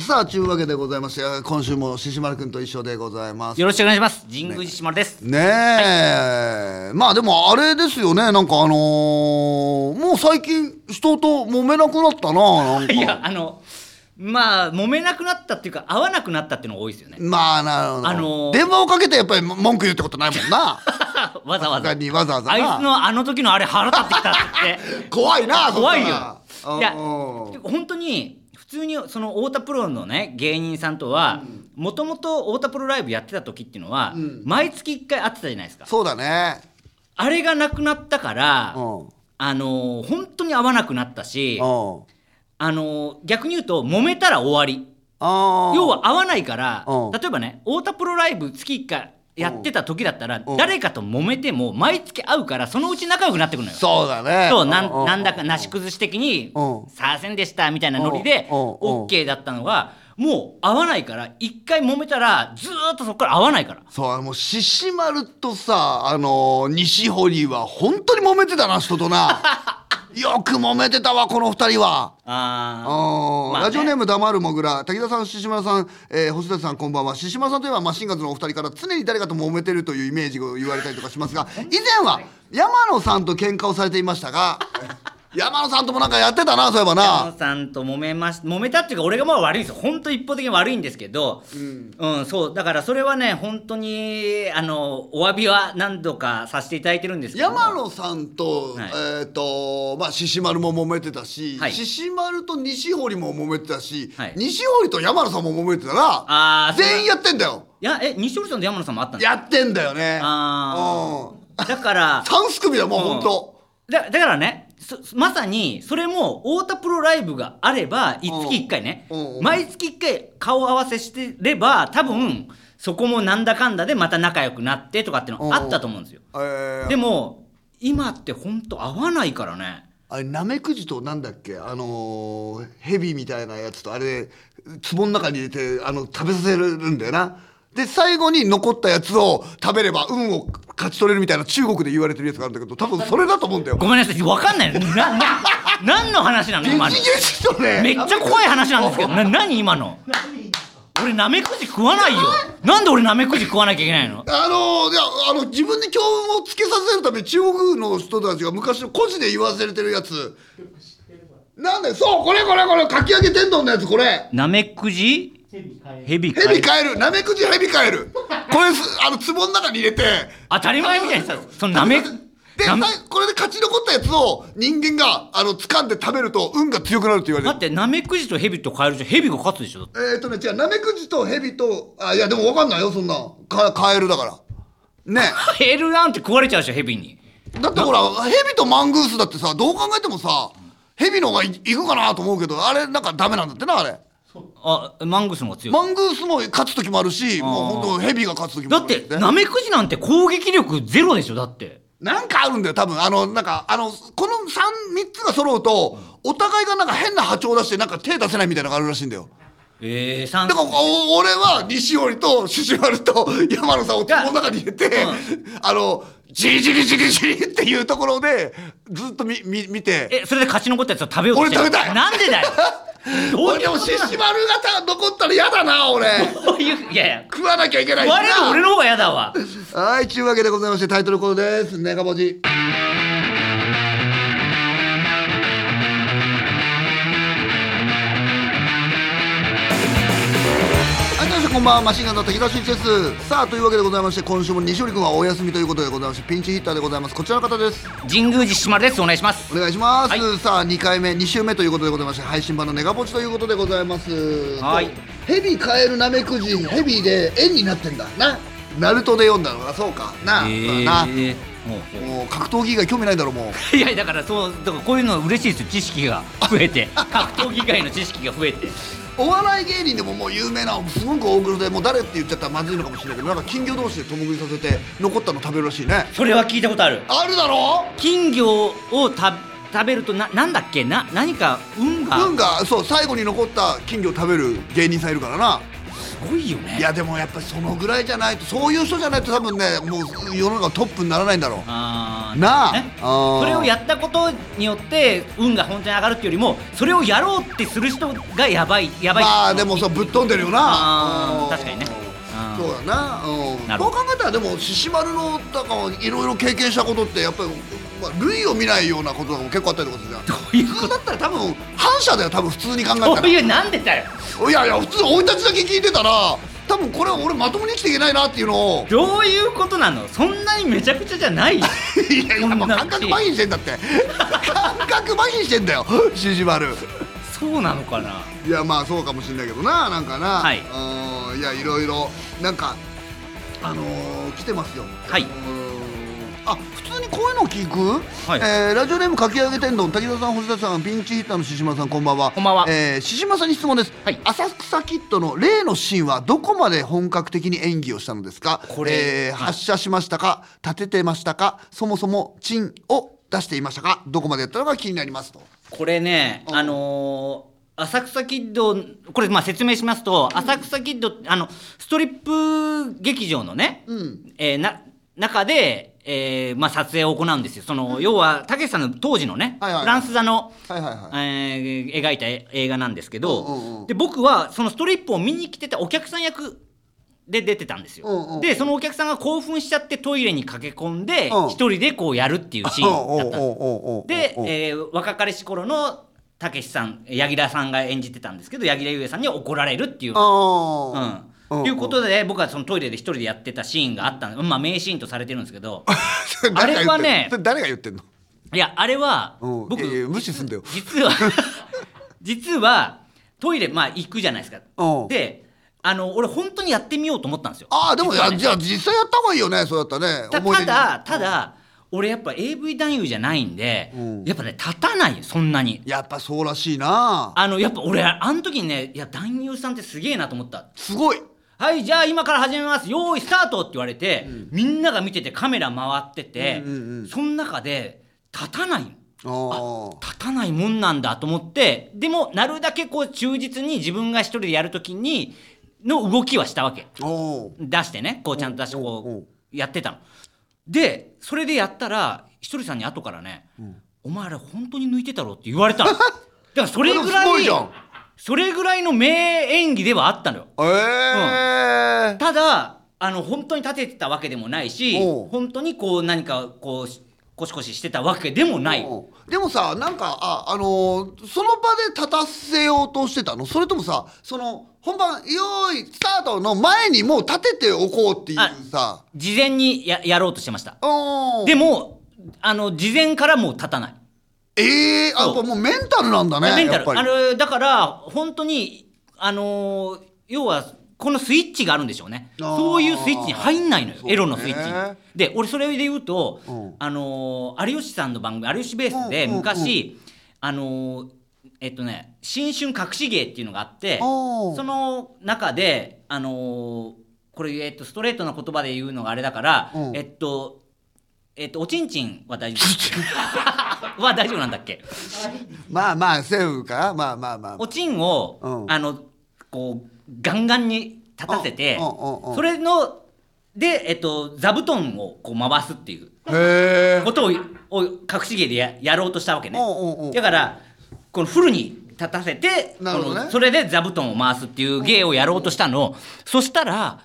さあ、ちゅうわけでございます。いや今週も獅子丸君と一緒でございます。よろしくお願いします。神宮寺島です。ねえ、まあでもあれですよね、なんかあのーもう最近人と揉めなくなったな、なんいや、か。あの、まあ、揉めなくなったっていうか、会わなくなったっていうのが多いですよ ね。まあなるほど、あのー電話をかけてやっぱり文句言うってことないもん な。わざわざ。他にわざわざなあいつのあの時のあれ腹立ってきたって 言って。怖いな、そっ怖いよ。いかや、らうん本当に、普通にその太田プロのね芸人さんとはもともと太田プロライブやってた時っていうのは、毎月1回会ってたじゃないですかそうだね。あれがなくなったから、うん。うん。あのー本当に会わなくなったし、あのー逆に言うと揉めたら終わりあー要は合わないからうん例えばね太田プロライブ月1回やってた時だったらうん誰かと揉めても毎月会うからそのうち仲良くなってくるのよ。そうだね。そううなうんなんだかなし崩し的にうん「さあせんでした」みたいなノリでうんうんうん OK だったのがもう会わないから一回揉めたらずーっとそこから会わないからそう、あのもう獅子丸とさ、あのー西堀は本当に揉めてたな、人と な。よく揉めてたわ、この二人は。ああーまあねラジオネーム黙るもぐら滝田さん獅子丸さん、えー星田さんこんばんは獅子丸さんといえばマシンガンズのお二人から常に誰かと揉めてるというイメージを言われたりとかしますが以前は山野さんと喧嘩をされていました が山野さんともなんかやってたなそういえばあなさんと揉めまし揉めたっていうか俺がまあ悪いんですよ本当一方的に悪いんですけどうん、そうだからそれはね本当にあのお詫びは何度かさせていただいてるんですけども山野さんと、はいえっ、とまあ獅子丸も揉めてたしはい獅子、丸と西堀も揉めてたし、はい西堀と山野さんも揉めてたなあーそれ全員やってんだよいやえ西堀さんと山野さんもあったんですやってんだよねうあんー だから三すくみだもううん本当だだからねそまさにそれも太田プロライブがあれば月1回ねうんうん毎月1回顔合わせしてれば多分そこもなんだかんだでまた仲良くなってとかってのあったと思うんですよえーでも今って本当合わないからねあれナメクジとなんだっけあのー、ヘビみたいなやつとあれ壺の中に入れてあの食べさせるんだよなで最後に残ったやつを食べれば運を勝ち取れるみたいな中国で言われてるやつがあるんだけど多分それだと思うんだよごめんなさい分かんないなな 何の話なの激今の激とねめっちゃ怖い話なんですけどな何今の俺ナメクジ食わないよなんで俺ナメクジ食わなきゃいけないのあのー、いやあの自分に強運をつけさせるために中国の人たちが昔の古事で言わせれてるやつなんだよそうこれこれこれかき揚げ天丼のやつこれナメクジヘビヘビカエルナメクジヘビカエルこれすあの壺の中に入れて当たり前みたいにさそのナメでナメさこれで勝ち残ったやつを人間があの掴んで食べると運が強くなるって言われ待ってナメクジとヘビとカエルじゃヘビが勝つでしょてるえっ、ー、とねじゃあナメクジとヘビとあいやでも分かんないよそんなんかカエルだからねカエルなんて食われちゃうでしょヘビにだってほらヘビとマングースだってさどう考えてもさヘビの方がいいくかなと思うけどあれなんかダメなんだってなあれあマングスの方が強いマングースも勝つ時もあるしもう本当ヘビが勝つ時もだあるっしてナメクジなんて攻撃力ゼロでしょだってなんかあるんだよ、多分あの、なんか、あの、この3、三つが揃うと、お互いがなんか変な波長出して、なんか手出せないみたいなのがあるらしいんだよ。ええー、さんだから、お俺は西織と獅子丸と山野さんを壺の中に入れて、あの、じりじりじりじりっていうところで、ずっと見、見、見て、えそれで勝ち残ったやつを食べようとしてる俺食べたいなんでだよ 俺どういうでもこと獅子丸がた残ったら嫌だな、俺。どういういやいや食わなきゃいけない食しなわれる俺の方が嫌だわはい、というわけでございまして、タイトルコールです。ネガボジ。はい、皆さんこんばんは、マシンガンズの滝沢秀一です。さあ、というわけでございまして、今週も西織君はお休みということでございまして、ピンチヒッターでございます。こちらの方です。神宮寺島丸ですお願いしますお願いします。はさあ、2回目、2週目ということでございまして、配信版のネガポチということでございます。はいヘビ、カエル、ナメクジ、ヘビで円になってんだ。な。ナルトで読んだのが、そうか。な。そうだな。えー、もうもう格闘技以外興味ないだろうもういやだからそうだからこういうの嬉しいですよ知識が増 えて格闘技界の知識が増えてお笑い芸人でももう有名なすごく大黒でもう誰って言っちゃったらまずいのかもしれないけどなんか金魚同士で共食いさせて残ったの食べるらしいねそれは聞いたことあるあるだろ金魚をた食べるとななんだっけな何か運が運がそう最後に残った金魚食べる芸人さんいるからなごいよねいやでもやっぱりそのぐらいじゃないとそういう人じゃないと多分ねもう世の中トップにならないんだろうあーなあねあーそれをやったことによって運が本当に上がるっていうよりもそれをやろうってする人がやばいやばいまあでもそうぶっ飛んでるよなあー確かにねうんうんそうだな,、うん、なるそほうど考えたらでも獅子丸のだからいろいろ経験したことってやっぱり、まあ、類を見ないようなこととかも結構あったりとかするじゃんどういうこ普通だったら多分反射だよ多分普通に考えたとらそういうなんでだよいやいや普通生い立ちだけ聞いてたら多分これは俺まともに生きていけないなっていうのをどういうことなのそんなにめちゃくちゃじゃないよいやいやもうこんな感覚麻痺してん だって感覚麻痺してんだよ獅子丸そうなのかないやまあそうかもしれないけどななんかな、はいうんいやいろいろなんかあのー来てますよはいうんあ普通にこういうの聞く、はいえーラジオネームかき揚げ天丼滝沢さん星田さんピンチヒッターの獅子丸さんこんばんはこんばんはえー獅子丸さんに質問です、はい浅草キッドの例のシーンはどこまで本格的に演技をしたのですかこれえー発射しましたか立ててましたかそもそもチンを出していましたかどこまでやったのか気になりますとこれね、うんあのー浅草キッドこれまあ説明しますと浅草キッドあのストリップ劇場のね、んえーな中で、えーまあ、撮影を行うんですよその、要はたけしさんの当時のね、はいはいフランス座の、はいはいはいえー描いた絵映画なんですけうど、んうんうんで僕はそのストリップを見に来てたお客さん役で出てたんですよ、うんうんでそのお客さんが興奮しちゃってトイレに駆け込んでうん一人でこうやるっていうシーンだったんですよで、ええー若かりし頃のたけしさん柳楽さんが演じてたんですけど柳楽優弥さんには怒られるっていう。うあんあ、んということで僕はそのトイレで一人でやってたシーンがあったんで、まあ、名シーンとされてるんですけどあれはねそ誰が言ってんのいやあれはうん僕いやいや無視すんだよ実は 実はトイレまあ行くじゃないですかうんであの俺本当にやってみようと思ったんですよああでも、実はねあじゃあ実際やった方がいいよねそうだったねた思い出たにだただ俺やっぱ AV 男優じゃないんで、うんやっぱね立たないよそんなにやっぱそうらしいなあのやっぱ俺あの時にねいや男優さんってすげえなと思ったすごいはいじゃあ今から始めます用意スタートって言われて、みんなが見ててカメラ回ってて、うんうんうんその中で立たないあー立たないもんなんだと思ってでもなるだけこう忠実に自分が一人でやる時にの動きはしたわけおー出してねこうちゃんと出しておうおうこうやってたのでそれでやったらひとりさんに後からね、お前あれ本当に抜いてたろ」って言われたの だからそれぐらでもすごいいじゃんそれぐらいの名演技ではあったのよええただあの本当に立ててたわけでもないしおう本当にこう何かこうしコシコシしてたわけでもないうんでもさなんかあ、あのーその場で立たせようとしてたのそれともさその本番「よーいスタート!」の前にもう立てておこうっていうさ事前にややろうとしてましたおーでもあの事前からもう立たないええあやっぱもうメンタルなんだねメンタやっぱルりあのだから本当にあのー要はこのスイッチがあるんでしょうねあーそういうスイッチに入んないのよ、そうねエロのスイッチにで俺それで言うと、うんあのー有吉さんの番組「有吉ベース」でうんうんうん昔、あのーえっとね新春隠し芸っていうのがあっておーその中であのーこれ、えっと、ストレートな言葉で言うのがあれだから、うんえっとえっとおちんちんは大丈 夫 は大丈夫なんだっけまあまあセーフかまあまあまあおちんを、うんあのこうガンガンに立たせてうんうんうんうんそれので、えっと、座布団をこう回すっていうへえことを を隠し芸でややろうとしたわけねうんうんうんだからこのフルに立たせてなるほどねこのそれで座布団を回すっていう芸をやろうとしたの、そしたら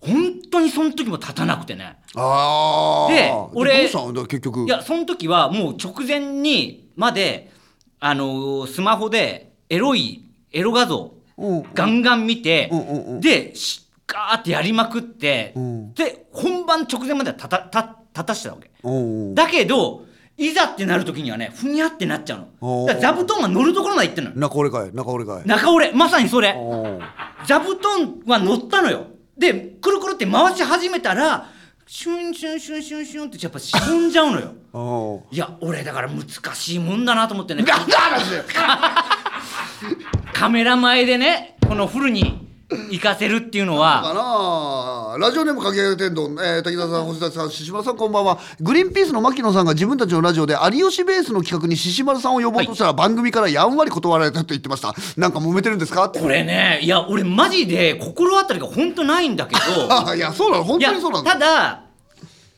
本当にその時も立たなくてねああで俺どうしたのだから結局いやその時はもう直前にまで、あのースマホでエロいエロ画像うんうんガンガン見て、うんうんうんでしガーってやりまくって、うんで本番直前まではたたた立たしてたわけおうおうだけどいざってなる時にはねふにゃってなっちゃうおーのだから座布団が乗るところまで行ってんのよ中俺かい中俺かい中折れまさにそれおう座布団は乗ったのよでくるくるって回し始めたらシュンシュンシュンシュンシュンってやっぱしぼんじゃうのよおういや俺だから難しいもんだなと思ってねなんだ話だよカメラ前でねこのフルに行かせるっていうのはかなラジオネームかけ上げ天丼、えー、滝沢さん星田さん獅子丸さんこんばんはグリーンピースの牧野さんが自分たちのラジオで有吉ベースの企画に獅子丸さんを呼ぼうとしたら番組からやんわり断られたと言ってましたなんか揉めてるんですかってこれねいや俺マジで心当たりが本当ないんだけど あいやそうなの本いや当にそうなんだただ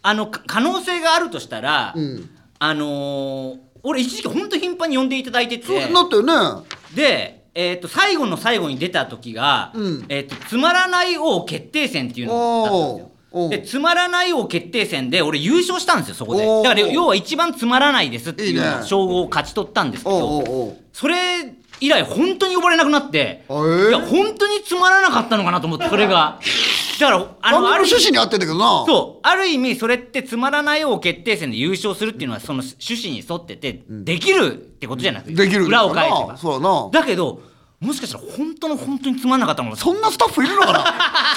あのか可能性があるとしたら、んあのー俺一時期本当頻繁に呼んでいただいててそうなったよねで、えー、と最後の最後に出た時が「うんえー、とつまらない王決定戦」っていうのだったんですよ。おーおーでつまらない王決定戦で俺優勝したんですよそこでおーだから要は一番つまらないですっていういいね称号を勝ち取ったんですけどおうおうそれ以来本当に呼ばれなくなって、あえーいや本当につまらなかったのかなと思ってそれが だから番組あののある意趣味旨に合ってんだけどなそうある意味それってつまらない王決定戦で優勝するっていうのはその趣旨に沿っててできるってことじゃなくて、できるんだ裏よをな返せばそうだなだけどもしかしたら本当の本当につまんなかったのかもそんなスタッフいるの かな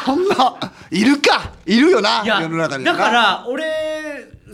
そんないるかいるよないや世の中にはだなから俺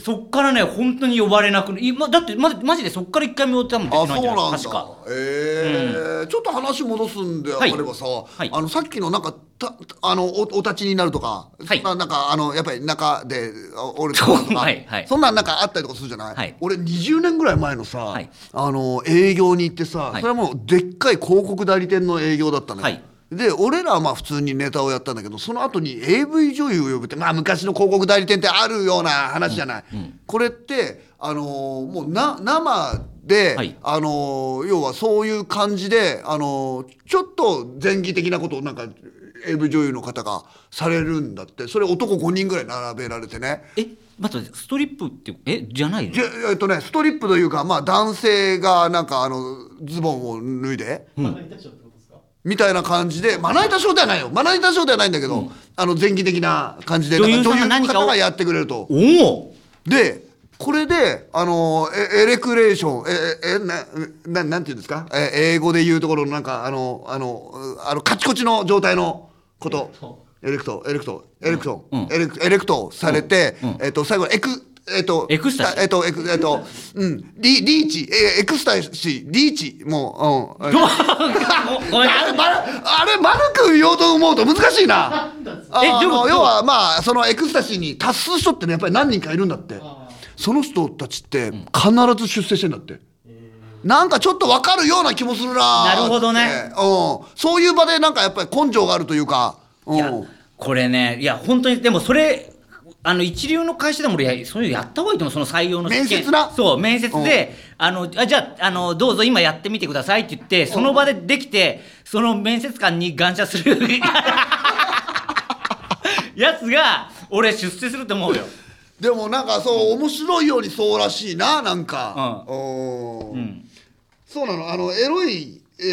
そっからね本当に呼ばれなくいまだってまマジでそっから一回も呼んだもんあそう出てないんじゃなんないだ確かええちょっと話戻すんであはいればさ、いあのさっきのなんかたあのおお立ちになるとか、はいそんななんかあのやっぱり中であ俺とかそうはいはいそんなんなんかあったりとかするじゃない、はい俺20年ぐらい前のさ、はいあの営業に行ってさ、はいそれはもうでっかい広告代理店の営業だったのよ、はいで俺らはまあ普通にネタをやったんだけどその後に AV 女優を呼ぶってまあ昔の広告代理店ってあるような話じゃない、これってあのーもうな生で、はいあのー要はそういう感じであのーちょっと前儀的なことをなんか AV 女優の方がされるんだってそれ男5人ぐらい並べられてねえ待ってストリップってえじゃないのじゃえっとねストリップというかまあ男性がなんかあのズボンを脱いで、みたいな感じでまな板ショーではないよまな板ショーではないんだけど、あの前期的な感じで女優なんかさんが何かを方がやってくれると。おおでこれで、あのえエレクレーション、え、え、えな、ななんていうんですかえ英語で言うところのなんか、あの、あの、うあの、カチコチの状態のこと。エレクト、エレクト、エレクト、うんうんエレクエレクトされて、えっと、最後のエク、えっと、エクスタシーたえっと、エク、えっと、うん、リリーチ、えエクスタシー、リーチ、もう、うん。えっと ごめんあれ、まる、あれ、マル君言おうと思うと難しいな。あえどういうことの要はまあそのエクスタシーに達する人ってねやっぱり何人かいるんだってその人たちって必ず出世してんだって、なんかちょっと分かるような気もするななるほどねってうん、そういう場でなんかやっぱり根性があるというか、うん、いやこれねいや本当にでもそれあの一流の会社でも俺いやそういうのやった方がいいと思うその採用の試験面接なそう面接で、あのあじゃああのどうぞ今やってみてくださいって言ってその場でできてその面接官に感謝す るやつが俺出世すると思うよでもなんかそう面白いようにそうらしいななんか、ううんんそうなのあのエロい、えー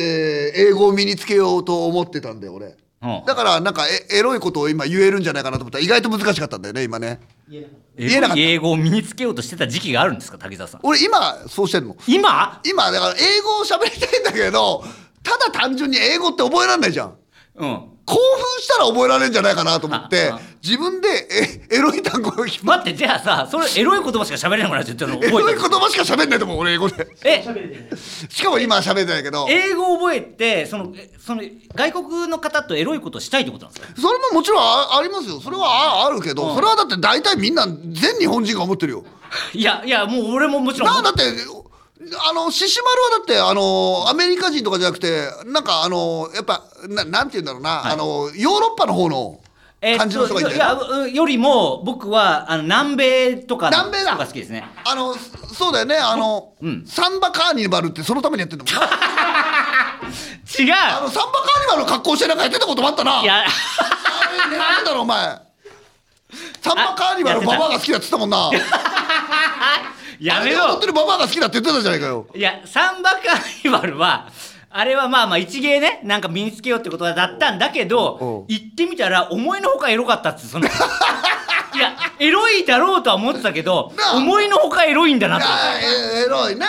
英語を身につけようと思ってたんだよ俺、うんだからなんかえエロいことを今言えるんじゃないかなと思ったら意外と難しかったんだよね今ね言えなかった英語を身につけようとしてた時期があるんですか滝沢さん俺今そうしてるの今今だから英語を喋りたいんだけどただ単純に英語って覚えられないじゃんうん興奮したら覚えられるんじゃないかなと思ってああ自分でえエロい単語を引っ張っ待ってじゃあさそれエロい言葉しか喋れなくなっちゃってるのエ覚ロいえ言葉しか喋んないと思う俺英語でてるえしかも今喋ってないけど英語を覚えてそのえその外国の方とエロいことをしたいってことなんですかそれももちろんあありますよそれはああるけど、それはだって大体みんな全日本人が思ってるよ いやいやもう俺ももちろんなあだってあの獅子丸はだってあのアメリカ人とかじゃなくてなんかあのやっぱななんて言うんだろうな、あのヨーロッパの方のえっと感じの人がいいんだいよなやうよりも僕はあの南米とかの南米だ人が好きですねあのそうだよねあの、うんサンバカーニバルってそのためにやってんだも んな 違うあのサンバカーニバルの格好してなんかやってたこともあったないや あれなんだろうお前サンバカーニバルのババアが好きだっつったもんなやめあれ踊っろてるババアが好きだって言ってたじゃないかよいやサンバカーニバルはあれはまあまあ一芸ねなんか身につけようってことだったんだけどお行ってみたら思いのほかエロかったっつそ のいやエロいだろうとは思ってたけどなあ思いのほかエロいんだなと思ってあーえエロいな、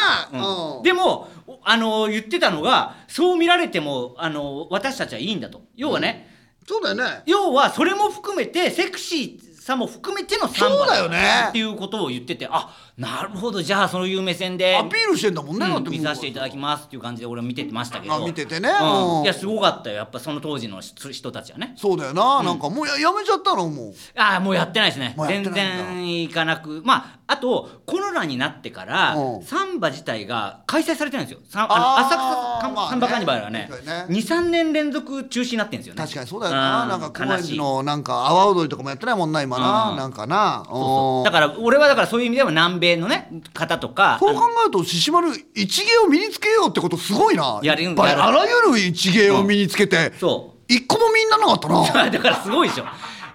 うんでも、おあの言ってたのがそう見られても、あの私たちはいいんだと要はね、そうだよね要はそれも含めてセクシーさも含めてのサンバそうだよねっていうことを言っててあなるほどじゃあそういう目線でアピールしてんだもんね、だっうんて見させていただきますっていう感じで俺は見てましたけあど見ててねうんうんいやすごかったよやっぱその当時の人人たちはねそうだよな、なんかもうややめちゃったのもうああもうやってないですねもうやっ全てないんだ然行かなくまああとコロナになってからうんサンバ自体が開催されてないんですよさんあーあの浅草サン,、まあねサンバカーニバルはねそうだよね23年連続中止になってるんですよね確かにそうだよな、んなんか高悲円しい寺のなんか阿波踊りとかもやってないもんな今な、うんなんかなそうそうだから俺はだからそういう意味では南米のね方とかそう考えると獅子丸一芸を身につけようってことすごいなやるっぱいやるあらゆる一芸を身につけて、あそ一個もみんななかったなう だからすごいでしょ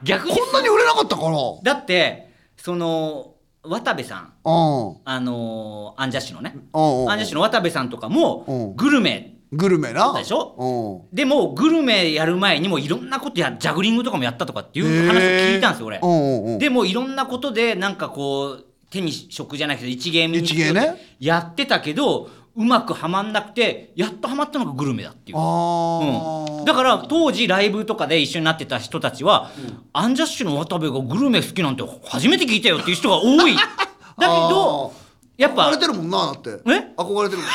逆にこんなに売れなかったからうだってその渡部さんんあのーアンジャッシュのねうんうんアンジャッシュうの渡部さんとかうんもグルメんグルメなでしょうでもグルメやる前にもいろんなことやジャグリングとかもやったとかっていんう話を聞いたんですよ俺へーうんうんうんでもいろんなことでなんかこう手に職じゃなくて一芸目に一芸ねやってたけどうまくはまんなくてやっとはまったのがグルメだっていうあー、うん、だから当時ライブとかで一緒になってた人たちは、アンジャッシュの渡部がグルメ好きなんて初めて聞いたよっていう人が多いだけ どやっ憧ぱれてるもんなだってえ憧れてるもん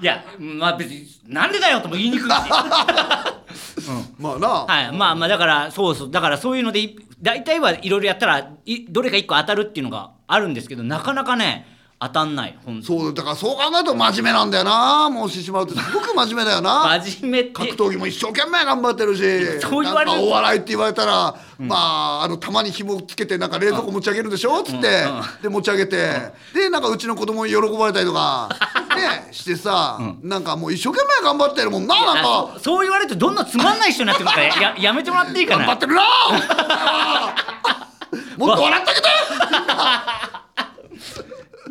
いやまあ別になんでだよとも言いにくいし、 まあな、はい、まあまあだからそうそうだからそういうのでい大体はいろいろやったらいどれか一個当たるっていうのがあるんですけどなかなかね当たんない本当そうだだからそう考えると真面目なんだよなもう獅子丸ってすごく真面目だよな真面目って格闘技も一生懸命頑張ってるしそう言われるなんかお笑いって言われたら、まああのたまに紐つけてなんか冷蔵庫持ち上げるでしょっつって、で持ち上げて、でなんかうちの子供に喜ばれたりと か、ね、してさ、なんかもう一生懸命頑張ってるもんななんあかそうそう言われるとどんどんつまんない人になってくるから ややめてもらっていいか頑な張ってるな もっと笑ってあげて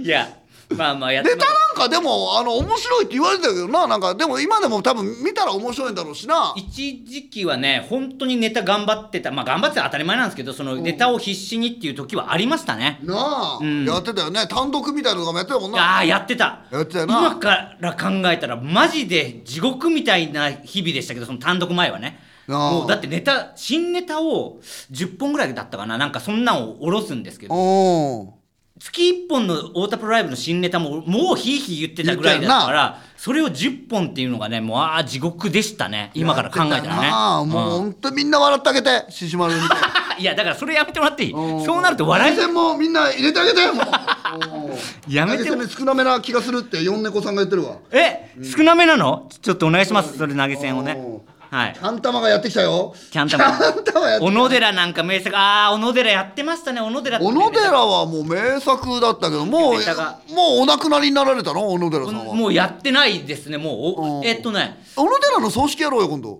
いやまあまあやっネてタなんかでもあの面白いって言われてたけどななんかでも今でも多分見たら面白いんだろうしな一時期はね本当にネタ頑張ってたまあ頑張ってたら当たり前なんですけどそのネタを必死にっていう時はありましたね、なあ、んやってたよね単独みたいなのとかもやってたもんなああやってたやってたよな今から考えたらマジで地獄みたいな日々でしたけどその単独前はねああもうだってネタ新ネタを10本ぐらいだったかななんかそんなんを下ろすんですけどおー月1本の太田プロライブの新ネタももうひいひい言ってたぐらいだったからそれを10本っていうのがねもうああ地獄でしたね今から考えたらねああ、うんもう本当みんな笑ってあげて、獅子丸みたいな。いやだからそれやめてもらっていいうんそうなると笑い投げ銭もみんな入れてあげて、もう。 やめて投げ銭少なめな気がするって、四猫さんが言ってるわ。え少なめなのちょっとお願いしますそれ投げ銭をねうんはいキャン玉がやってきたよ。キャン玉やって小き野寺なんか名作ああ小野寺やってましたね小野寺た。小野寺はもう名作だったけど、もう、もうネタがお亡くなりになられたの、小野寺さんは。もうやってないですねもううおんえっとね 小野寺の葬式やろうよ、今度。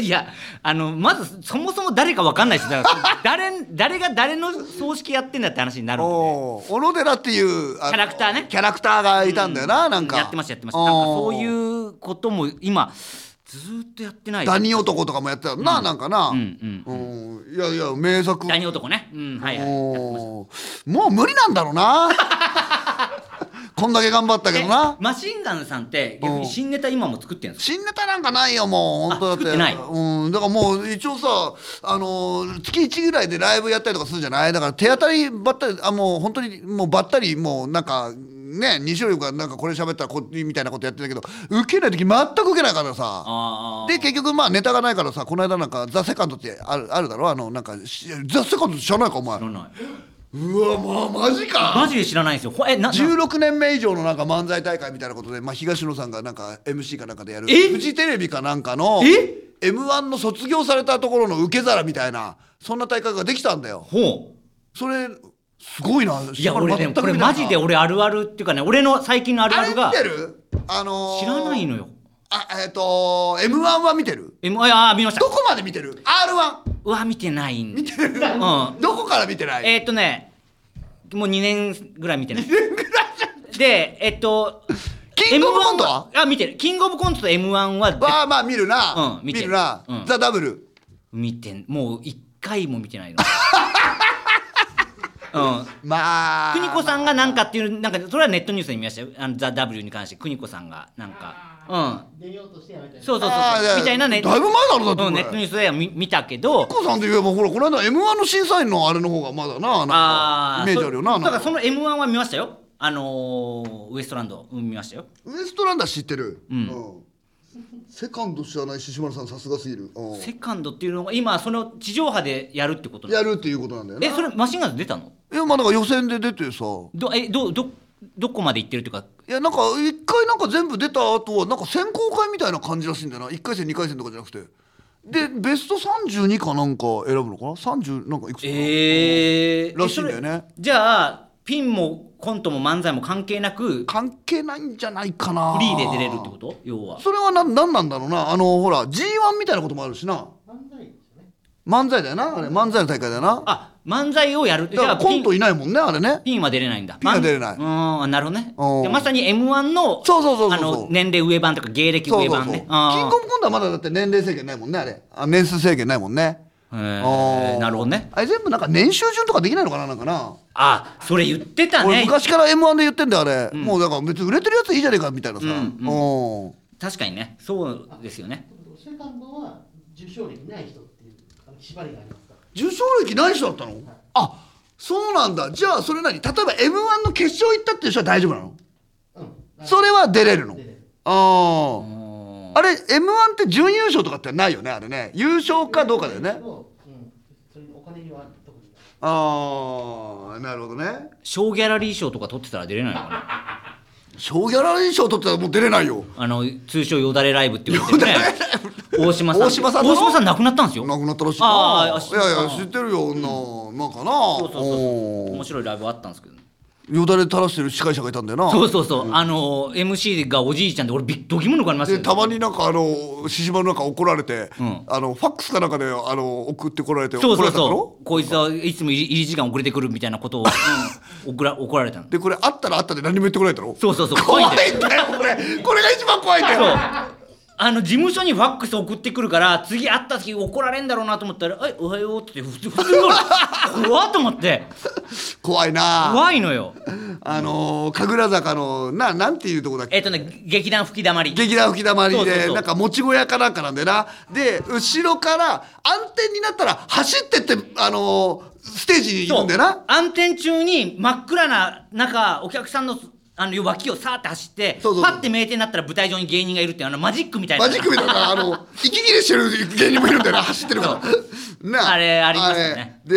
いやあのまずそもそも誰かわかんないですだから誰誰が誰の葬式やってんだって話になるんでおー小野寺っていう。あのキャラクターねキャラクターがいたんだよな、なんか。やってましたやってましたなんかそううん。いうことも今ずーっとやってないですダニ男とかもやってたな、なんかな。うんうん、いやいや名作うんダニ男ねうんはいはいもうもう無理なんだろう なこんだけ頑張ったけどなえマシンガンさんって逆に新ネタ今も作ってるんですか新ネタなんかないよもう本当だってあ作ってないうん、だからもう一応さあのー月1ぐらいでライブやったりとかするじゃないだから手当たりばったりあもう本当にもうばったりもうなんかね西尾がなんかこれ喋ったらこみたいなことやってたけど受けない時全く受けないからさあで結局まあネタがないからさこの間なんか「ザ・セカンドってあるあるだろあのなんかし「ザ・セカンド知らないかお前あ知らないうわまあマジマかジで知らないんですよほえなな16年目以上のなんか漫才大会みたいなことで、まあ、東野さんがなんか MC かなんかでやるえフジテレビかなんかのえ m 1の卒業されたところの受け皿みたいなそんな大会ができたんだよほうそれすごいないいや俺ね全くこれ見たマジで俺あるあるっていうかね俺の最近のあるああれるが見てるあのー知らないのよあえっ、と m 1は見てる M ああ見ましたどこまで見てる r 1うわ見てないん見てる、んどこから見てないえーっとねもう2年ぐらい見てないでえっとキングオブコントは M1 あ見てるキングオブコントと m 1はまあまあ見るな、うん見てるるな、うんザ・ダブル見てんもう1回も見 てないのうんまあ邦子さんがなんかっていうなんかそれはネットニュースで見ましたよあの「ザ・ w に関して邦子さんがなんかうん出ようとしてやめたいなそうそうあそうーみたいなねだいぶ前だろだってこれうん、ネットニュースでは見見たけどコさんといえばほらこの間 m 1の審査員のあれの方がまだななんかイメージあるよなそなだかんらそかの m 1は見ましたよあのーウエストランドうん見ましたよウエストランダー知ってる、うんセカンド知らないし志村さんさすがすぎる、うんセカンドっていうのが今その地上波でやるってことなのやるっていうことなんだよなえそれマシンガンズ出たのいやまあだから予選で出てさどえどどどこまで行ってるっていうかいやなんか一回なんか全部出た後はなんか選考会みたいな感じらしいんだよな一回戦二回戦とかじゃなくてでベスト32かなんか選ぶのかな30なんかいくつかな、えー、らしいんだよねえそれじゃあピンもコントも漫才も関係なくフ関係ないんじゃないかなリーで出れるってこと要はそれはな何なんだろうなあのほら g 1みたいなこともあるしな漫才ですよね漫才だよなあれ漫才の大会だよなあ漫才をやるだからコントピンいないもんねあれねピンは出れないんだピンは出れないうーんなるほどねうんじゃあまさに m 1のそうそうそうそうあの年齢上版とか芸歴そう上そうそう版キングねあーオブコントはまだだって年齢制限ないもんねあれあ年数制限ないもんねへーあーなるほどねあれ全部なんか年収順とかできないのかななんかなあそれ言ってた俺ね昔から m 1で言ってんだよあれ、もうだから別に売れてるやついいじゃねえかみたいなさ、うんおー確かにねそうですよねセカンドは受賞歴ない人っていうあの縛りがありますから受賞歴ない人だったのあそうなんだじゃあそれ何例えば m 1の決勝行ったっていう人は大丈夫なのうんあのそれは出れるの出れるああうんあれ m 1って準優勝とかってないよねあれね優勝かどうかだよねうんそれにお金には特にああなるほどね小ギャラリー賞とか取ってたら出れないのかな小ギャラリー賞取ったらもう出れないよあの通称よだれライブって言われてるね大島さん大島さんだろ大島さん亡くなったんです よなくなったらしいあーあ知っているやいや知ってるよ女なんかなそうそうそうそうお面ー白いライブあったんですけどねよだれ垂らしてる司会者がいたんだよなそうそうそう、あの MC がおじいちゃんで俺びっどぎも抜かれましたでよたまになんかあの獅子舞なんか怒られて、うんあのファックスかなんかであの送ってこられてそう怒られたそうんだそろうこいつはいつも入り入り時間遅れてくるみたいなこと を、うん怒ら怒られたのでこれあったらあったで何も言ってこないだろそうそうそう怖いんんだだよよこれこれが一番怖いんだよそうあの事務所にファックス送ってくるから次会った時怒られんだろうなと思ったら「はいおはよう」って普通普通 に怒る怖っと思って怖いな怖いのよあのー神楽坂のななんていうとこだっけえっとね劇団吹きだまり劇団吹き溜まりそうそうでそうなんか持ち小屋かなんかなんでなで後ろから暗転になったら走ってってあのーステージに行くんだよな暗転中に真っ暗な中お客さんのあの脇をさーって走ってそうそうそうパッて名店になったら舞台上に芸人がいるっていうあのマジックみたいなマジックみたいな、あ の、息切れしてる芸人もいるんだよな、走ってるから。なあれありますよねあれ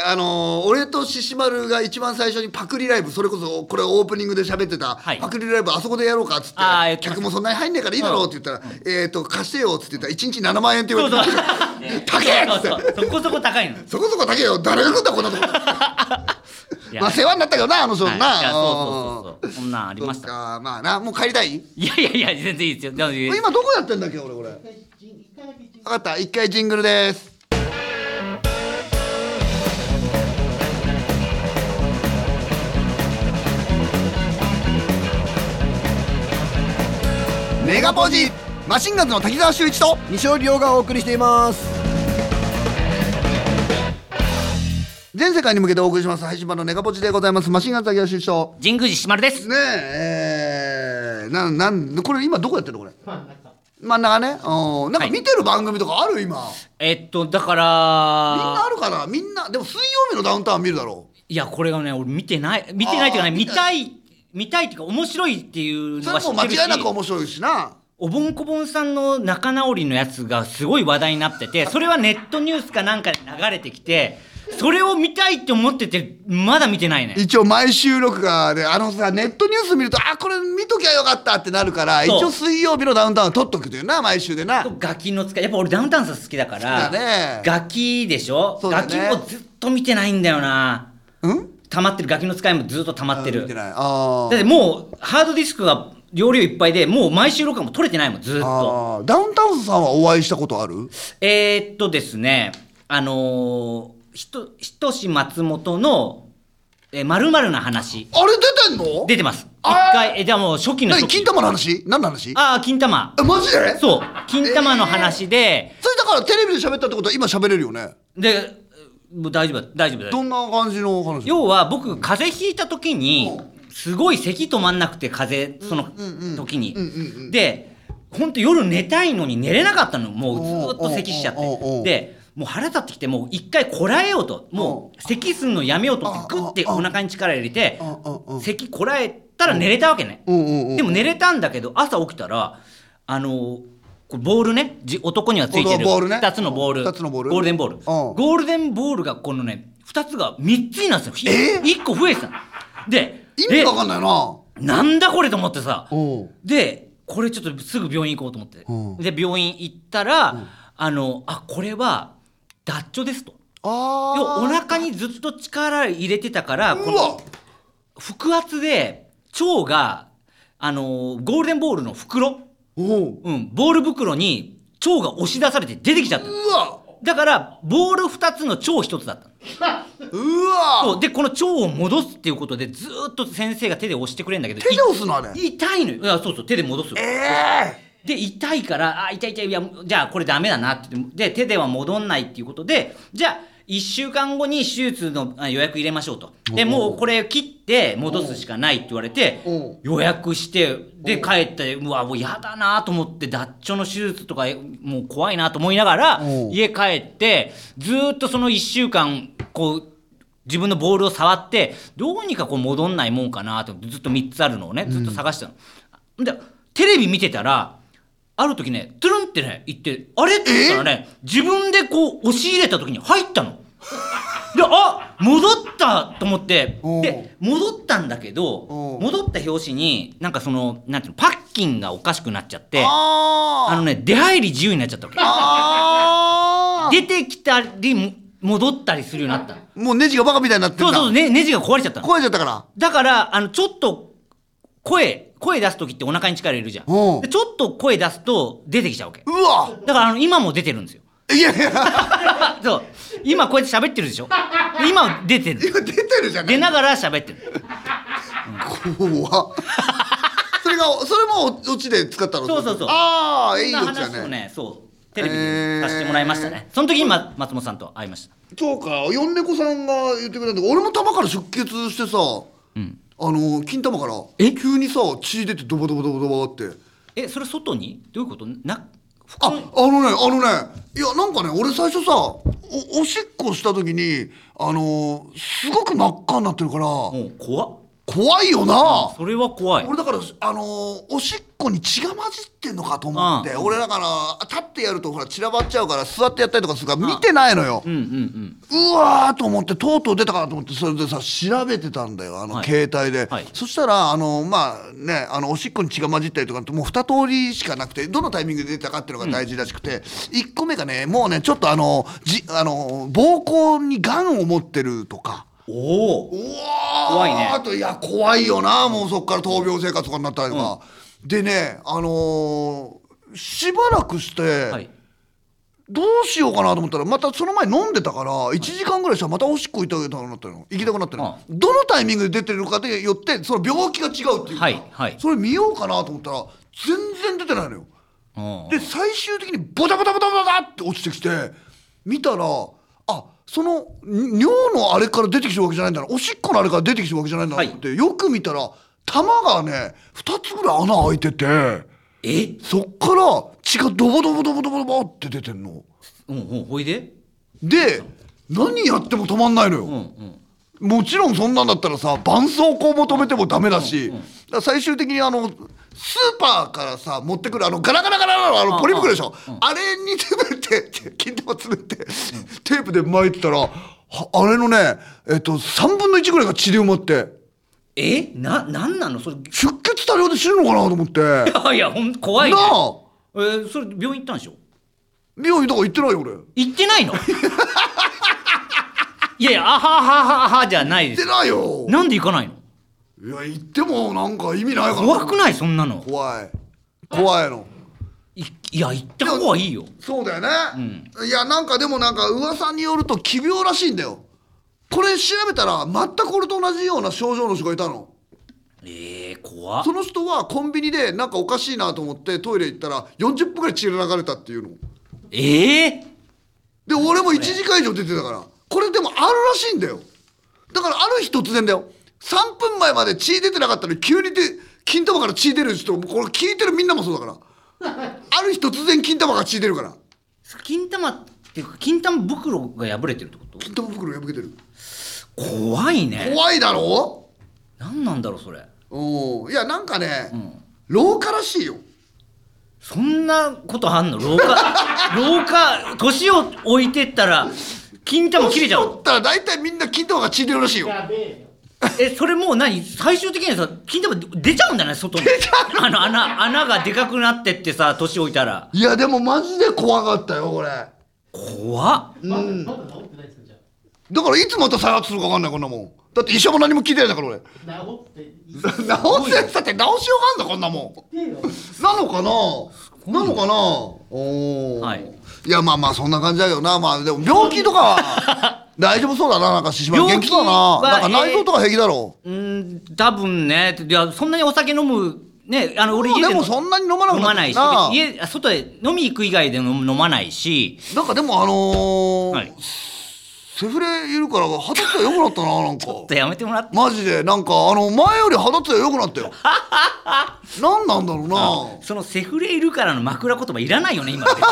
で、あの、俺と獅子丸が一番最初にパクリライブ、それこそ、これオープニングで喋ってた、はいパクリライブあそこでやろうかっつってあー言っ、てました客もそんなに入んねえからいいだろうって言ったら、えっと、貸してよっつって言ったら、1日7万円って言そわうれそうて、 高えっつそうっそうて。そうそこそこ高いのそこそこ高えよ、誰が来んだ、こんなとこ。いやまあ、世話になったけどな、あの人はいないな。やそうそうそうそうこんなんありましそたっかまあな、もう帰りたいいやいやいや全然いいですよでも今どこやってんだっけ、俺、これ。一回一回だけ一分かった一回ジングルですメガポージマシンガンズの滝沢秀一と西尾亮がお送りしています全世界に向けてお送りします配信版のネガポジでございますマシンガンズ滝沢秀一と神宮寺しまるですねええー、なんなんこれ今どこやってるのこれまあなんか真ん中ねうんなんか見てる番組とかある今、えっとだかみんならあるかなみんなでも水曜日のダウンタウン見るだろいやこれがね俺見てない見てないっていうかあーね見たい見たいっていうか面白いっていううそのれはも知う間ってるし違いなく面白いしなおぼんこぼんさんの仲直りのやつがすごい話題になっててそれはネットニュースかなんかで流れてきてそれを見たいって思っててまだ見てないね一応毎収録がねあのさネットニュース見るとあこれ見ときゃよかったってなるから一そう応水曜日のダウンタウンは撮っとくというな毎週でなガキの使いやっぱ俺ダウンタウンさん好きだから好きだねガキでしょ、そうだガねキもずっと見てないんだよなうん溜まってるガキの使いもずっと溜まってあ見てるないあだってもうハードディスクが容量いっぱいでもう毎週録画も取れてないもんずーっとあーダウンタウンさんはお会いしたことあるえー、っとですねあのー、ひとひとし松本の「まるまるな話」あれ出てんの出てます。一あー回、え、じゃあもう初期の何初期。金玉の話何の話ああ、金玉。えマジでそう。金玉の話で、それだからテレビで喋ったってことは今喋れるよねで、もう大丈夫だ、大丈夫だ。どんな感じの話要は僕、風邪ひいた時に、すごい咳止まんなくて、風邪、その時に。で、本当夜寝たいのに寝れなかったのもうずっと咳しちゃっおうおうおうおうてでもう腹立ってきてもう一回こらえようともう咳すんのやめようと思ってグッてお腹に力入れてうんうん咳こらえたら寝れたわけねうんうんうんでも寝れたんだけど朝起きたらあのこうボールねじ男にはついてるボールね2つのボール二つのボールゴールデンボールんゴールデンボールがこのね2つが3つになってたのひえ1個増えてたので意味わかんないなでなんだこれと思ってさおうでこれちょっとすぐ病院行こうと思って、うんで病院行ったら、あのあこれは脱腸ですとあ要はおー腹にずっと力入れてたからこうのわ腹圧で腸があのゴールデンボールの袋、おううん、ボール袋に腸が押し出されて出てきちゃったのうわだからボール2つの腸1つだったのうわそうでこの腸を戻すっていうことでずーっと先生が手で押してくれるんだけど手で押すのあれい痛いのよいやそうそう手で戻すええで痛いからあ痛い痛いいやじゃあこれダメだなって言ってで手では戻んないっていうことでじゃあ1週間後に手術のあ予約入れましょうとでもうこれ切って戻すしかないって言われておう予約してで帰ってうわもうやだなと思って脱腸の手術とかもう怖いなと思いながらおう家帰ってずーっとその1週間こう自分のボールを触ってどうにかこう戻んないもんかなと思ってずっと3つあるのをねずっと探してたの。でテレビ見てたらある時ねトゥルンってね言ってあれって言ったらね自分でこう押し入れた時に入ったの。であ戻ったと思っておうで戻ったんだけどおう戻った表紙になんかそのなんていうのパッキンがおかしくなっちゃってああのね出入り自由になっちゃったわあけ出てきたりも戻ったりするようになったのもうネジがバカみたいになってんだそうそうそう、ね、ネジが壊れちゃったの壊れちゃったからだからあのちょっと声声出す時ってお腹に力入れるじゃおうんでちょっと声出すと出てきちゃうわけうわだからあの今も出てるんですよいやいやそう今こうやって喋ってるでしょで今出てる今出てるじゃな出いながら喋ってる怖っそれがそれもオチで使ったのそうそうそうああいいそオんチなだ話ねをねそうテレビでさせてもらいましたね、その時に、ま、松本さんと会いましたそうかヨンネコさんが言ってくれたんだけど俺も玉から出血してさ、あの金玉からえ急にさ血出てドバドバドバドバってえそれ外にどういうことなああのねあのねいやなんかね俺最初さおおしっこした時にあのーすごく真っ赤になってるからもう怖っ怖いよなそれは怖い俺だからあのーおしっこに血が混じってんのかと思ってう俺だから立ってやるとほら散らばっちゃうから座ってやったりとかするから見てないのようんうんうんうわーと思ってとうとう出たかなと思ってそれでさ調べてたんだよあのはい携帯で、はいそしたらあのまあねあのおしっこに血が混じったりとかってもう2通りしかなくてどのタイミングで出たかっていうのが大事らしくて、1個目がねもうねちょっとあのじあの膀胱にがんを持ってるとか。おおうわー怖いねあといや怖いよなもうそっから闘病生活とかになったりとか、でねあのーしばらくして、はいどうしようかなと思ったらまたその前飲んでたから1時間ぐらいしたらまたおしっこ痛くなったの行きたくなったの、どのタイミングで出てるかでよってその病気が違うっていうか、はいはいそれ見ようかなと思ったら全然出てないのようんで最終的にボタボタボタボタって落ちてきて見たらあその尿のあれから出てきてるわけじゃないんだなおしっこのあれから出てきてるわけじゃないんだなと思って、よく見たら玉がね2つぐらい穴開いててえそっから血がドボドボドボドボドボって出てんの。うんうんほいでで何やっても止まんないのよ、うんうんもちろんそんなんだったらさ絆創膏も止めてもダメだし、だから最終的にあのスーパーからさ持ってくるあのガラガラガラのあのポリ袋でしょ、あれに詰めて金玉詰めて、テープで巻いてたらはあれのねえっと3分の1ぐらいが血で埋まってえななんなのそれ い出血多量で死ぬのかなと思ってなやいやほん怖いねあえーそれ病院行ったんでしょ病院とか行ってないよ俺行行ってないの いやいやあははははじゃないでってすないよなんで行かないのいや行ってもなんか意味ないから怖くないそんなの怖い怖いのいいや行った方がいいよそうだよね、いやなんかでもなんか噂によると奇病らしいんだよこれ調べたら全くこれと同じような症状の人がいたのえー、怖っその人はコンビニでなんかおかしいなと思ってトイレ行ったら40分ぐらい血が流れたっていうのええで俺も1時間以上出てたからこれでもあるらしいんだよだからある日突然だよ3分前まで血出てなかったのに急にで金玉から血出る人これ聞いてるみんなもそうだから ある日突然金玉が散いてるから金玉っていうか金玉袋が破れてるってこと金玉袋破けてる怖いね怖いだろ何なんだろうそれうんいやなんかね、ん廊下らしいよそんなことあんの廊下 廊下年を置いてったら金玉切れちゃ年 取うったら大体みんな金玉が散いてるらしいよやべえよ。えそれもう何最終的にはさ金玉出ちゃうんだね外にあの穴穴がでかくなってってさ年置いたらいやでもマジで怖かったよこれだ怖っまだ、まだ治ってないっすかじゃからいつまた再発するか分かんないこんなもんだって医者も何も聞いてないんだから 俺あ。治って いっ治せだって治しようがあんだこんなもんてよ。なのかななのかなおお、はい、やまあまあそんな感じだけどなまあでも病気とか は大丈夫そうだななんか獅子丸元病気気だなはなんか内臓とか平気だろうーん多分ねいやそんなにお酒飲むねあの俺家まあででもそんなに飲まなく飲なまっなていきしたな家外で飲み行く以外で飲む飲まないしなんかでもあのーはいセフレいるから肌つや良くなったななんかちょっとやめてもらってマジでなんかあの前より肌つや良くなったよ なんなんだろうなそのセフレいるからの枕言葉いらないよね今別 に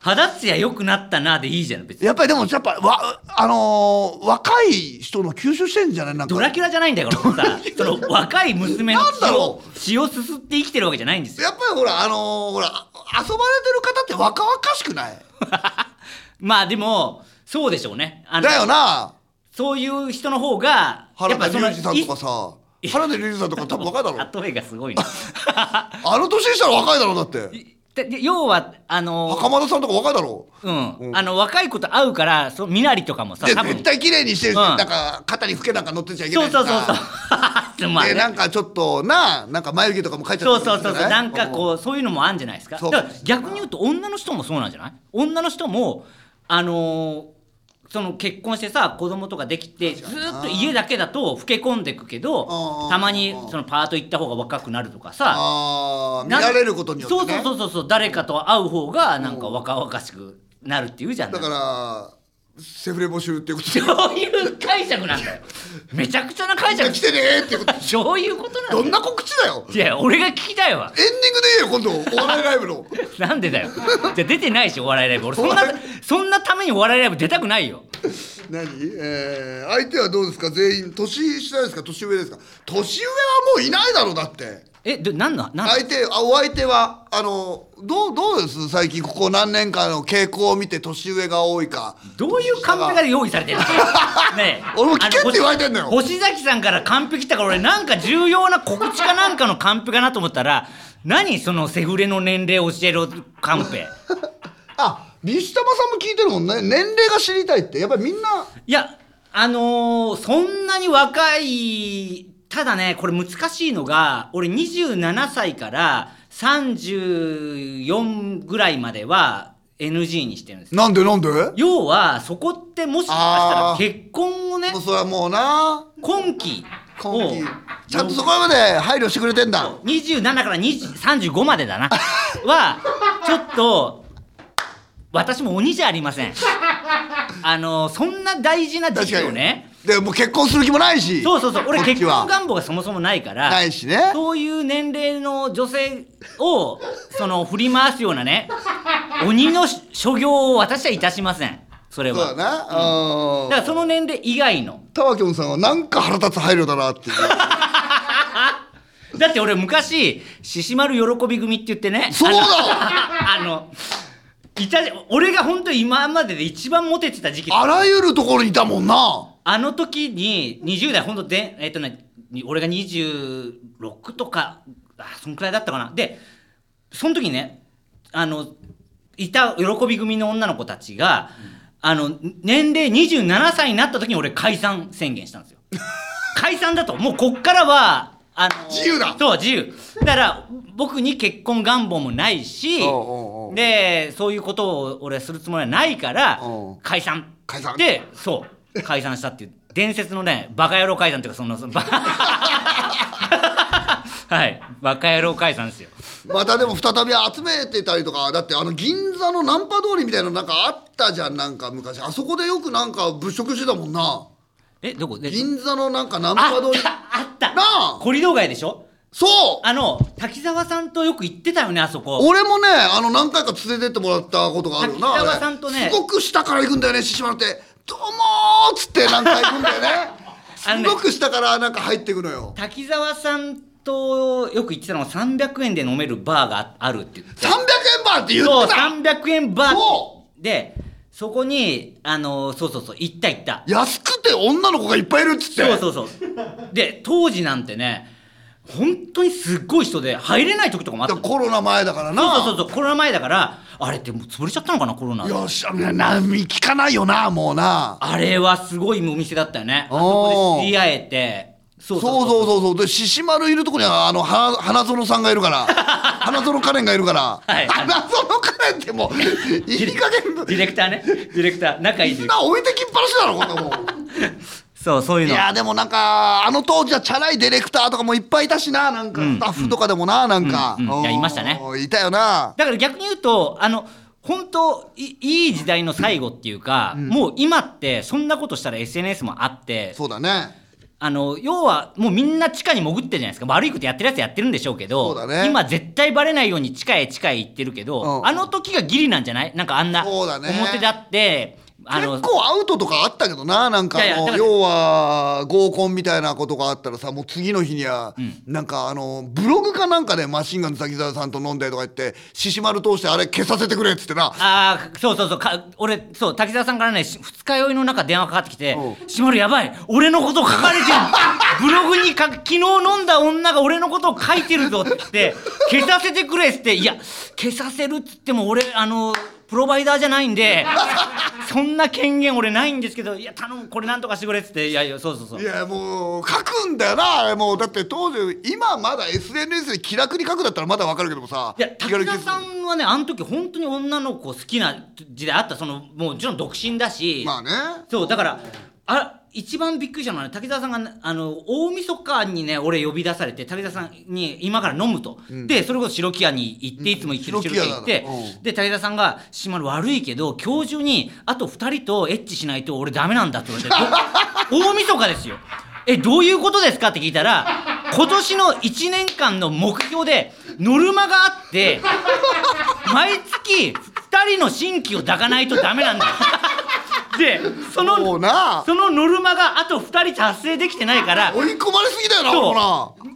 肌ツヤ良くなったなでいいじゃん別にやっぱりでもやっぱわあのー若い人の吸収してんじゃないなんかドラキュラじゃないんだから俺さその若い娘のなんだ血ろを血をすすって生きてるわけじゃないんですよ やっぱりほらあのーほらあ遊ばれてる方って若々しくないまあでもそうでしょうねあのだよなそういう人の方が原田そ龍の二さんとかさ原田龍二さんとか多分若いだろ例えがすごいな あの年にしたら若いだろだっていでで要はあの袴田さんとか若いだろうん、あの若い子と会うからその身なりとかもさで多分絶対綺麗にしてるし、うんなんか肩にフケなんか乗ってちゃいけそないうとそかうそうそう つまりでねなんかちょっとななんか眉毛とかも描いちゃっそうてそうそうそうなんかうこうそういうのもあるんじゃないですかそうだから逆に言うと女の人もそうなんじゃない女の人もあのーその結婚してさ子供とかできてずーっと家だけだと老け込んでくけうんうんうどんたまにそのパート行った方が若くなるとかさあー見なんられることによって、ね、そうそうそうそう誰かと会う方がなんか若々しくなるっていうじゃんだからセフレ募集っていうことでそういう解釈なんだよめちゃくちゃな解釈来てねーっていうことそういうことなんだどよんな告知だよいや俺が聞きたいわエンディングで言えよ今度お笑いライブ のなんでだよ。じゃあ出てないし、お笑いライブ。俺、そんな、そんなためにお笑いライブ出たくないよ。何えー、相手はどうですか全員年下ですか年上ですか年上はもういないだろうだってえ、で、なんの、なんの相手あお相手はあのどうどうです最近ここ何年かの傾向を見て年上が多いかどういうカンペが用意されてるのねえ俺も聞けって言われてんのよあ星星崎さんからカンペ来たから俺なんか重要な告知かなんかのカンペかなと思ったら何そのセフレの年齢教えろカンペあビシタマさんも聞いてるもんね年齢が知りたいってやっぱりみんないやあのーそんなに若いただねこれ難しいのが俺27歳から34ぐらいまでは NG にしてるんですよなんでなんでも要はそこってもしかしたらあー結婚をねうそれはもうな今期今を期ちゃんとそこまで配慮してくれてんだ27から20 35までだなはちょっと私も鬼じゃありませんあのーそんな大事な時確期かをにねでもう結婚する気もないしそうそうそう俺こっち結は婚願望がそもそもないからないしねそういう年齢の女性をその振り回すようなね鬼の所業を私はいたしませんそれはそうだなうんだからその年齢以外のタワキョンさんはなんか腹立つ配慮だなっていう だって俺昔獅子丸喜び組って言ってねそうだあのあのいた俺が本当に今までで一番モテてた時期あらゆるところにいたもんなあの時に20代ほんとでえっとねに俺が26とかあそんくらいだったかなでその時ねあのいた喜び組の女の子たちが、あの年齢27歳になった時に俺解散宣言したんで すよ解散だともうこっからはあの自由だそう自由だから僕に結婚願望もないしおうおうおうでそういうことを俺はするつもりはないからおう解散解散でそう解散したっていう伝説のねバカ野郎解散っていうかそのそ のバはいバカ野郎解散ですよまたでも再び集めてたりとかだってあの銀座のナンパ通りみたいなのなんかあったじゃんなんか昔あそこでよくなんか物色してたもんなえどこで銀座のなんかナンパあ通っりたあったなあコリドー街でしょそうあの滝沢さんとよく行ってたよねあそこ俺もねあの何回か連れてってもらったことがあるな滝沢あれさんとねすごく下から行くんだよね獅子丸って「どうも」っつって何回行くんだよね あすのねごく下からなんか入っていくのよ滝沢さんとよく行ってたのが300円で飲めるバーがあるって言って300円バーって言そっうてた300円バーそでそこにあのそうそうそう行った行った安くて女の子がいっぱいいるっつってそうそうそうで当時なんてね本当にすっごい人で入れない時とかもあっだたかのらコロナ前だからなそうそうそうそうコロナ前だからあれってもう潰れちゃったのかなコロナよっしゃなな聞かないよなもうなあれはすごいお店だったよねあおーそこで知り合えてそそうそうそうそうで獅子丸いるとこにはあの花花園さんがいるから 花園カレンがいるから、はい花園カレンっても ういい加減ディレクター ねディレクター仲いいディみんレクタなー置いてきっぱなしだろこんなもんそうそうい ういのやでもなんかあの当時はチャラいディレクターとかもいっぱいいたしななんかうんスタッフとかでもななんか、うんうんいおーやいましたねいたよなだから逆に言うとあの本当いいい時代の最後っていうか、もう今ってそんなことしたら SNS もあってそうだねあの要はもうみんな地下に潜ってるじゃないですか悪いことやってるやつやってるんでしょうけどそうだね今絶対バレないように地下へ地下へ行ってるけど、うんあの時がギリなんじゃないなんかあんなそうだね表だってあの結構アウトとかあったけどななんかあのいやいやだから要は合コンみたいなことがあったらさもう次の日には、なんかあのブログかなんかでマシンガンズ滝沢さんと飲んでとか言って獅子丸通してあれ消させてくれっつってなああそうそうそうか俺そう滝沢さんからねし二日酔いの中電話かかってきてう「しまるやばい俺のこと書 かれてるブログにか昨日飲んだ女が俺のことを書いてるぞ」ってって「消させてくれ」っつって「いや消させる」っつっても俺あのプロバイダーじゃないんでそんな権限俺ないんですけど「いや頼むこれなんとかしてくれ」っつって「いやいやそうそうそうい」やもう書くんだよなあれもうだって当時今まだ SNS で気楽に書くだったらまだわかるけどもさいや気滝軽に沢さんはねあの時本当に女の子好きな時代あったそのもうもちろん独身だし、まあねそうだからあ一番びっくりしたのは、ね、滝沢さんがねあの大晦日にね俺呼び出されて滝沢さんに今から飲むと、でそれこそ白木屋に行っていつも行ってる白木屋行って、白木屋だなうで滝沢さんが「しまる悪いけど今日中にあと2人とエッチしないと俺ダメなんだ」って言われて ど大晦日ですよ。えどういうことですかって聞いたら今年の1年間の目標でノルマがあって毎月2人の新規を抱かないとダメなんだでそのもうなそのノルマがあと2人達成できてないから追い込まれすぎだよなそうほら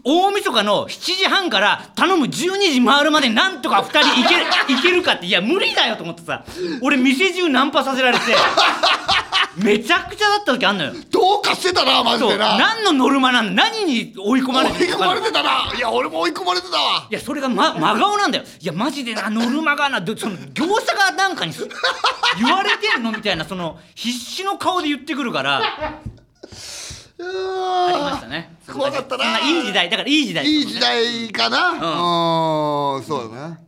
大晦日の7時半から頼む12時回るまでなんとか2人い けるいけるかっていや無理だよと思ってさ俺店中ナンパさせられ てめちゃくちゃだった時あんのよどうかしてたなマジそうでな何のノルマなんだ何に追い込まれて追い込るのかまれてたないや俺も追い込まれてたわいやそれが、ま、真顔なんだよいやマジ でなノルマがなでその業者がなんかにす言われてんのみたいなその必死の顔で言ってくるからあうりわーましたね怖かったなそんいい時代だからいい時代いい時代かなうんそうだな、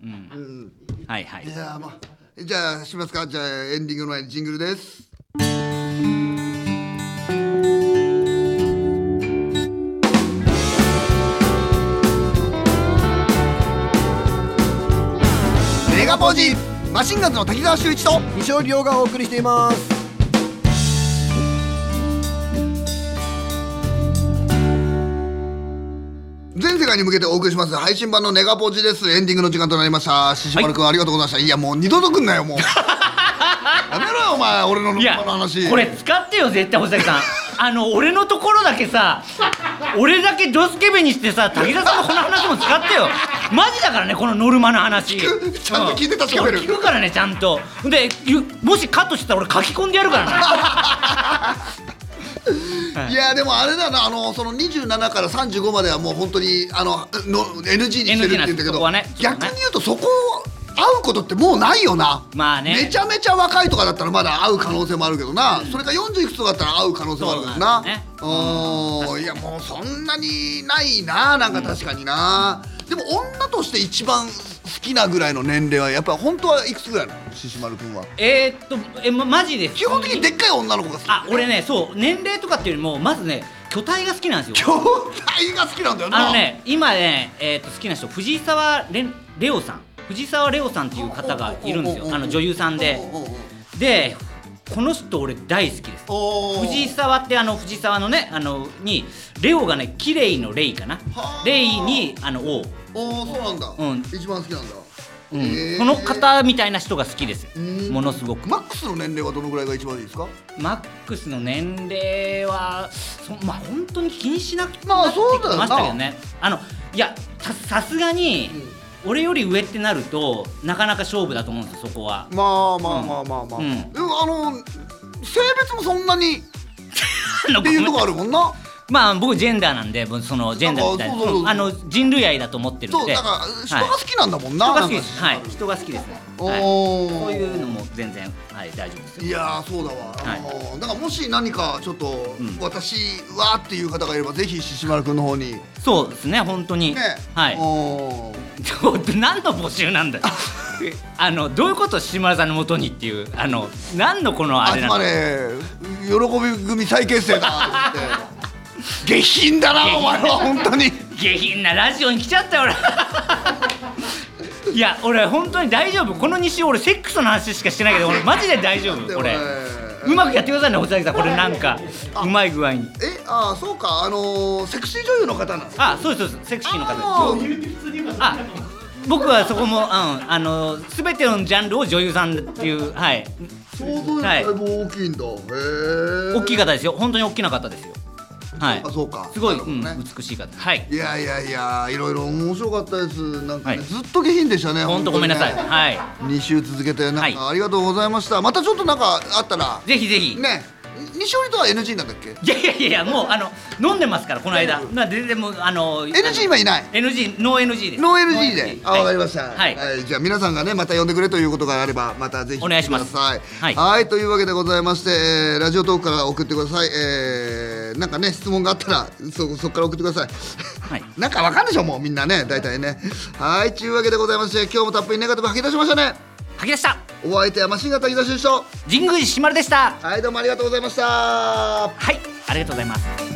はいはいいやーまあじゃあしますかじゃあエンディングの前にジングルですメガポージマシンガンズの滝沢秀一と西尾亮がお送りしています全世界に向けてお送りします配信版のネガポジですエンディングの時間となりましたししまるくんありがとうございましたいやもう二度と来んな よもうやめろよお前俺のいやの話これ使ってよ絶対星崎さん あの俺のところだけさ俺だけドスケベにしてさ滝沢さんのこの話も使ってよマジだからねこのノルマの話聞くちゃんと聞いて確かめるうん俺聞くからねちゃんとでゆもしカットしてたら俺書き込んでやるから ないやでもあれだなあのその27から35まではもう本当にあのの NG にしてるって言うんだけ NG なんですそど、こはねちょっとね逆に言うとそこを会うことってもうないよなまあねめちゃめちゃ若いとかだったらまだ会う可能性もあるけどな、それが40いくつとかだったら会う可能性もあるけどなそうなんですねおーいやもうそんなにないななんか確かにな、でも女として一番好きなぐらいの年齢はやっぱ本当はいくつぐらいなの獅子丸君はえーっとえ、ま、マジです基本的にでっかい女の子が好きあ俺ねそう年齢とかっていうよりもまずね巨体が好きなんですよ兄弟が好きなんだよなあのね今ね、えーっと好きな人藤沢レレオさん藤沢レオさんっていう方がいるんですよあの女優さんでおうおうおうでこの人俺大好きですおー藤沢ってあの藤沢のねあのにレオがね綺麗のレイかなはあレイにあの王、おおそうなんだ、うん一番好きなんだ、うんへーこの方みたいな人が好きですものすごくマックスの年齢はどのぐらいが一番いいですかマックスの年齢はそまあ本当に気にしなくてまあそうだよなましたけどねあのいやささすがに俺より上ってなるとなかなか勝負だと思うんですよそ こはまあまあまあまあまあ、うんでもあの性別もそんなにっあのていうとこあるもんなまあ僕ジェンダーなんでもうそのジェンダーみたいそうそうそうなあの人類愛だと思ってるそんうでだから人が好はいきなんだもんな、人がなん好きかですはい人が好きですねおはいおー、こういうのも全然はい大丈夫ですよいやーそうだわ、あのーだからもし何かちょっと、ん私はっていう方がいればぜひ獅子丸君の方にねそうですね本当にはいおー 何の募集なんだよあのどういうこと志村さんのもとにっていうあの何のこのあれ集なまのれ喜び組再結成だって言 って下品だなお前は本当に下品なラジオに来ちゃったよ 俺いや俺本当に大丈夫この2週俺セックスの話しかしてないけど俺マジで大丈夫これうまくやってくださいねおさきさんこれなんかうまい具合にえあーそうかあのー、セクシー女優の方なんですかあそうですそうですセクシーの方ですあ言うて普通に言うからあ僕はそこも、うん、あの全てのジャンルを女優さんっていうはい相当だいぶ大きいんだ、へえ大きい方ですよ本当に大きな方ですよはいあそうかすごい、なるほどねうん、美しい方はいいやいやいやいろいろ面白かったですなんか、ねはいずっと下品でしたね本当ごめんなさい本当にねはい2週続けてなはんいかありがとうございました、またちょっとなんかあったらぜひぜひ、ね西堀とは NG なんだっけいやいやいやいやもうあの飲んでますからこの間な全然もうあの NG 今いない NG ノー NG ですノー NG で、あ、はいわかりました、はいじゃあ皆さんがねまた呼んでくれということがあればまたぜひお願いします来てくださいはいはいというわけでございまして、えーラジオトークから送ってください、えーなんかね質問があったらそそこから送ってください はいなんかわかんでしょもうみんなね大体ねはいというわけでございまして今日もたっぷりネガティブ吐き出しましたね吐き出したお相手はマシンガン滝田修士と神宮寺島でしたはいどうもありがとうございましたはいありがとうございます